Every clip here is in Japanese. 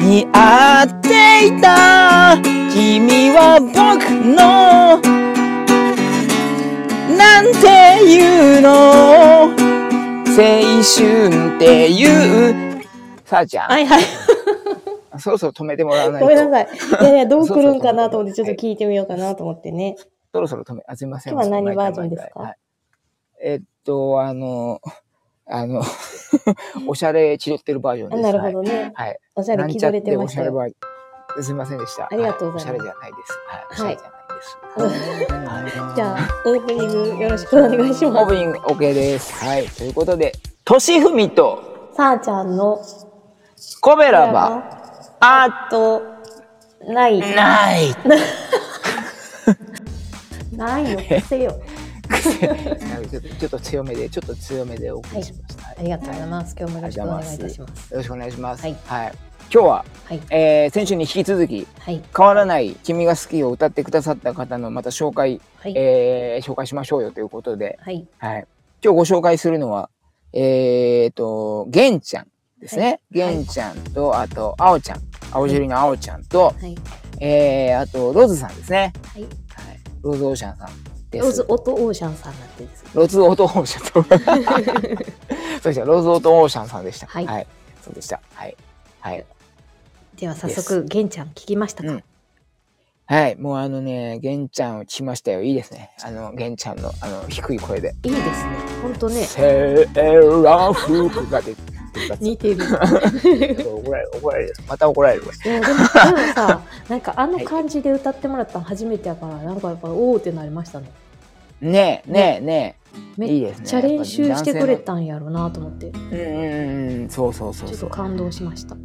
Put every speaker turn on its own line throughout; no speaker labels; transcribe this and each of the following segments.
似合っていた君は僕のなんていうの青春っていうさあちゃん、
はいはい。
そろそろ止めてもらわないと
ごめんなさい。いやいや、どう来るんかなと思って、ちょっと聞いてみようかなと思ってね。
そろそろ止め、あ、すみません。
今日は何
毎回
バージョンですか
毎回はいえっと、あの、あの、 おしゃれ気取ってるバージョンで
あ
す。
なるほどね。
はい。はい。
おしゃれ気取れて
なんちゃってお
ました
しゃれ
よ。
バージョン。すみませんでした。
ありがとうございます
はおしゃ
は
れじゃないです。は
い
い。おしゃれじゃないです。はい
じゃあ、オープニングよろしくお願いし
オー
ま
プニング OK です。はい。ということで、としふみと
す。さあちゃんの、
コベラはあ
と、ない、
ない。
ないのくせよ。
なんかちょっとちょっと強めで、ちょっと強めでお送りしました。はい
ありがとうございます。今日もよろしくお願いいたします。
よろしくお願いします。
はい
今日は、
はい。
えー、先週に引き続き、
はい。
変わらない君が好きを歌ってくださった方のまた紹介、
はい。
えー紹介しましょうよということで、
はい。
はい、今日ご紹介するのは、えー、と、げんちゃんですね。
はい
げんちゃんと、あと、あおちゃん、青汁のあおちゃんと、
はい。
えー、あと、ロズさんですね。
はい。
はい、ロズオーシャンさんです。
ローズ・オト・オーシャンさんなんです。
ロズオートオーシ ャンと。そうでした、ロズオートオーシャンさんでした。
はい
そうでした。はい。はい。
では早速、げんちゃん聞きましたか、
うんはい、もうあのね、玄ちゃんを聞きましたよ。いいですね。あの、玄ちゃんの、あの、低い声で。
いいですね。ほんとね。
セーラフープが出てください。
似て る。でも
怒られる、怒られる。また怒られる。これ
でもでも さ、なんかあの感じで歌ってもらったの初めてやから、なんかやっぱおおってなりましたね。
ねえ、ねえ、ねいい
め
で
っ
すね
ちゃ練習してくれたんやろなと思って、
え。うんうんうん、そうそうそ
ち
う
ょっ
そ
と
う。
感動しま した。
ね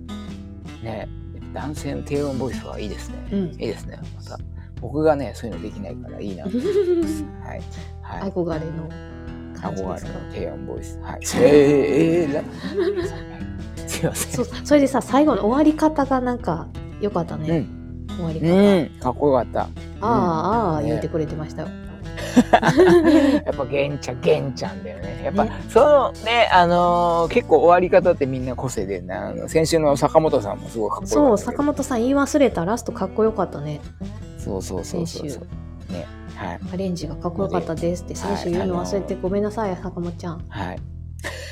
え、男性の低音ボイスはいいですね。
うん
いいですね。また、僕がね、そういうのできないからいいなと思います。はい。はい。
憧れの感じで
憧
す
れ
か
の低音ボイス。はい。セーラ。 すいませ
そ
ん
う。それでさ、最後の終わり方がなんか良かった
う
ね。
ん。
終わり方。
うん、かっこよかった。
あーあー、
ね
言ってくれてましたよ。
やっぱゲンちゃんゲンちゃんだよね。やっぱ
ね
そのねあのー結構終わり方ってみんな個性でなあの先週の坂本さんもすごいかっこよか
そう、
ったけど
坂本さん言い忘れたラストかっこよかったね。
そうそうそうそうそ
先
うねはい
アレンジがかっこよかったですって選手言うの忘れてごめんなさい坂本ちゃん。
はい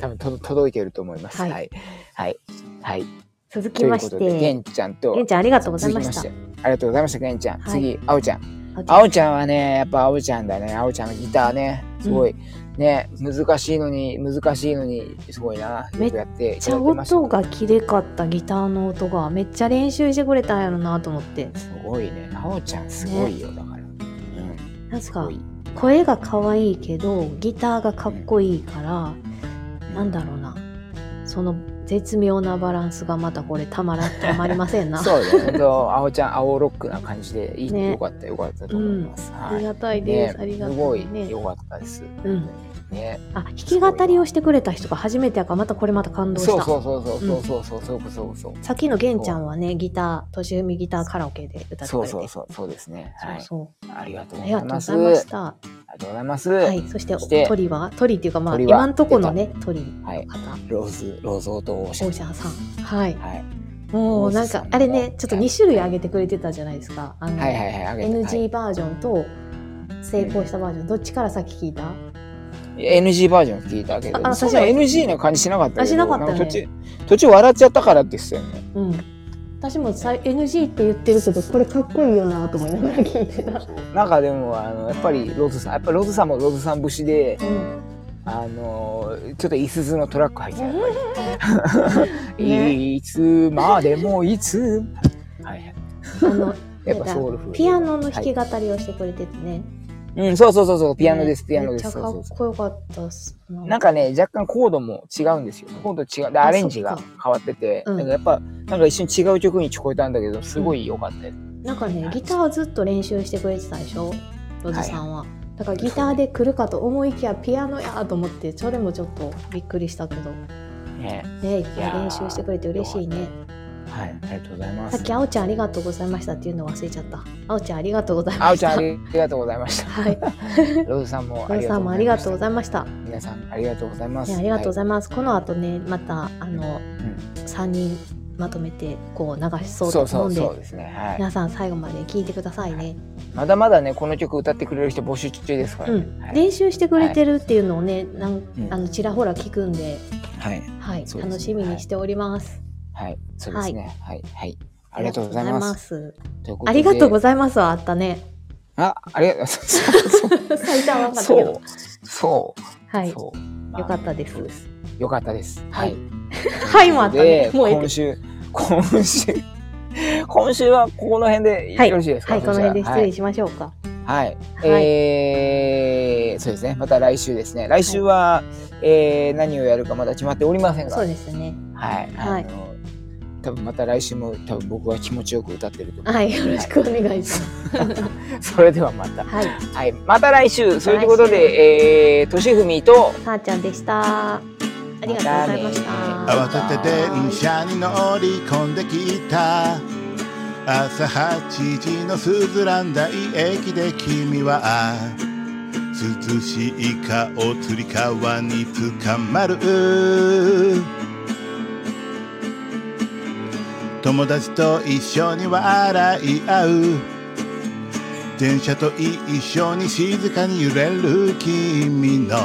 多分と届いてると思います。は
はいい
はいはい、
続き
とい
ま
うこ
し
とでゲ
て、
ンちゃんと
げんちゃんありがとうござい
続
ま
きま
し
したて。ありがとうございましたゲンちゃん。
はい
次あおちゃん。
あ
あおちゃんはねやっぱあおちゃんだね。あおちゃんのギターねすごい、ね難しいのに難しいのにすごいなよくやってい
めっち
ただ
ゃ
きました
音がきれかったギターの音がめっちゃ練習してくれたんやろなと思って
すごいね。なおちゃんすごいよ、だから。うん、
なん
す
か
ごい。
声が可愛いけどギターがかっこいいから、なんだろうなその絶妙なバランスがまたこれたまらたまりませんな、
そうだよね。と、あおちゃん、青ロックな感じで、いい、
ね
よかった、よかったと思います。
あ
は
り
い。
がたいで
ね
す、、ありが
す
た
ご
いね
い、よかったです。
うん
ね、
あ弾き語りをしてくれた人が初めてやからまたこれまた感動した
そうそうそうそうそうそうそうそうそうそう。
さっきのげんちゃんはねギター年みギターカラオケで歌ってく
そう
れて
そう
そ
そう、そうですね。
う
はい。
そ
ありがとう
う
ご
あ
ざい
りがとうご
ます。
ざいま
あ
し
り
た
がとうございます。
はいそして
そして
鳥は鳥っていうかまあ
鳥は
今んとこのね鳥
はい。
方
ローズ、ローズオートオーシ
オ
ャ
ー
ン。
シャンさんはい
はい。
も
オー
う
シャ
な
ン
ん
さん
か
も
あれねちょっと2種類
はい
上げてくれてたじゃないですかあの
はいはいはい、あげて。はい
NG バージョンと成功したバージョンどっちから先聞いた
NG バージョン聞いたけど、
ああ
そんな
最初
NG な感じしなかったけど
あしなかったね
ん途中途中笑っちゃったからって言ってたよね。
うん私もさ NG って言ってるけどこれかっこいいよなと思いながら聞いてた
なんかでもあのやっぱりロズさんやっぱロズさんもロズさん節で
うん
あのちょっといすずのトラック入ってたよ。
ね
いつまでもいつ。はい。
あの
やっぱソウルフル。
ピアノの弾き
が。
語りをしてくれててね。
うんそうそうそうそうピアノですピアノです。
めっち
そ
ゃ
う
か
そう
っ
そう
こよかったっす。
なんかね若干コードも違うんですよ。コード違うでアレンジが
そっ
変わってて、
うん
なんかやっぱなんか一瞬違う曲に聞こえたんだけどすごい良かったよ。
なんかね、ギターずっと練習してくれてたでしょ、ロズさんは。だからギターで来るかと思いきやピアノやと思って、それもちょっとびっくりしたけど、ね、
ね。
いっぱい練習してくれて嬉しいね。
はいありがとうございま
さっ
す
き、。あおちゃんありがとうございましたっていうの忘れちゃった。あおちゃんありがとうござい
あ
ま
お
し
ちゃ
た。
んありがとうございま した。
はい、
ローズさんもあ
ロ
り
ズ
がとうん
さも
ござ
あ
い
り
ま
が
し
と
た
うご。ざいました。
皆さんありがとうございます。
ね、ありがとう
ざ
ご
い
ざいます。この後ね、またあの、
ん
三人まとめてこう流しそう
そ
と
うそ
思う
うん
で
そうですねはい
皆さん最後まで聴いてくださいね、
まだまだねこの曲歌ってくれる人募集中ですから
う
ね
ん
は、い
練習してくれてるっていうのをねな
う
ん
ん
あのちらほら聞くんで、
はい
はい
そうですね
楽しみにしております、
はいそうですねはいはいありがとうござい
ありがとうござい
ま
ますす
ということで
ありがとうございますはあったね
あありがとうございます
最短は分かった
そ
け
う
ど
そう
はい
そうまあ
よかったです
そうですよかったですはい
はいもあったね
で
もうええ
今週今週今週はこの辺で
はい
よろしいですか
はいこの辺で失
はい
礼しましょうか
はい、
はい
えーそうですね。また来週ですね。来週は、えー何をやるかまだ決まっておりませんが、
そ
は
う
い、
ですねは
あ
い
の多分また来週も多分僕は気持ちよく歌ってると思う
はいよろしくお願いします
それではまた、
はい
はい、また来週。そういうことで、えー、としふみと
さあちゃんでしたありがとうございました
またね
慌てて電車に乗り込んできた朝8時のスズラン台駅で君は涼しい顔つり革につかまる友達と一緒に笑い合う電車と一緒に静かに揺れる君の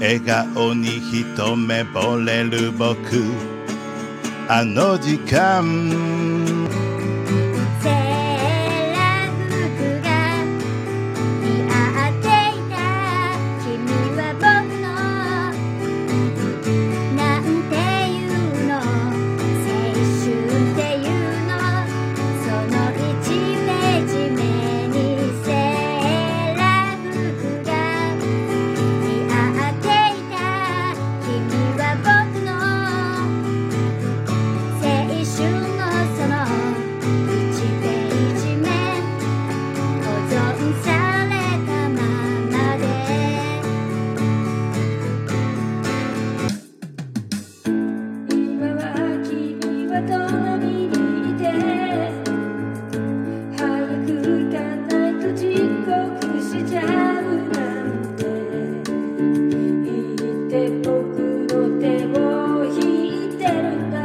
笑顔に一目惚れる僕あの時間
「セーラー服が似合っていた」「君は僕のなんていうの」「青春っていうの」「その一ページ目にセーラー服が似合っていた」「君は僕の青春のその」1ページ目「保存されたままで」「今は君は隣にいて」「早く行かないと遅刻しちゃうなんて」「言って僕の手を引いてるんだ」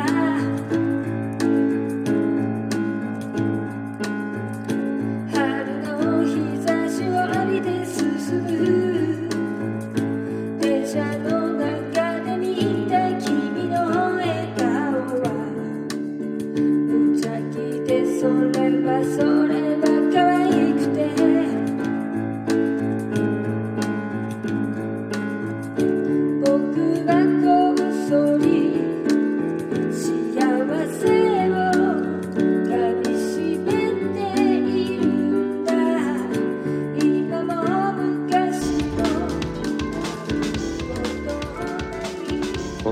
春の日差しを浴びて進む電車の中で見た君の笑顔は無邪気でそれはそれは可愛くて僕はこっそり幸せを噛みしめているんだ今も昔も戻らない
こ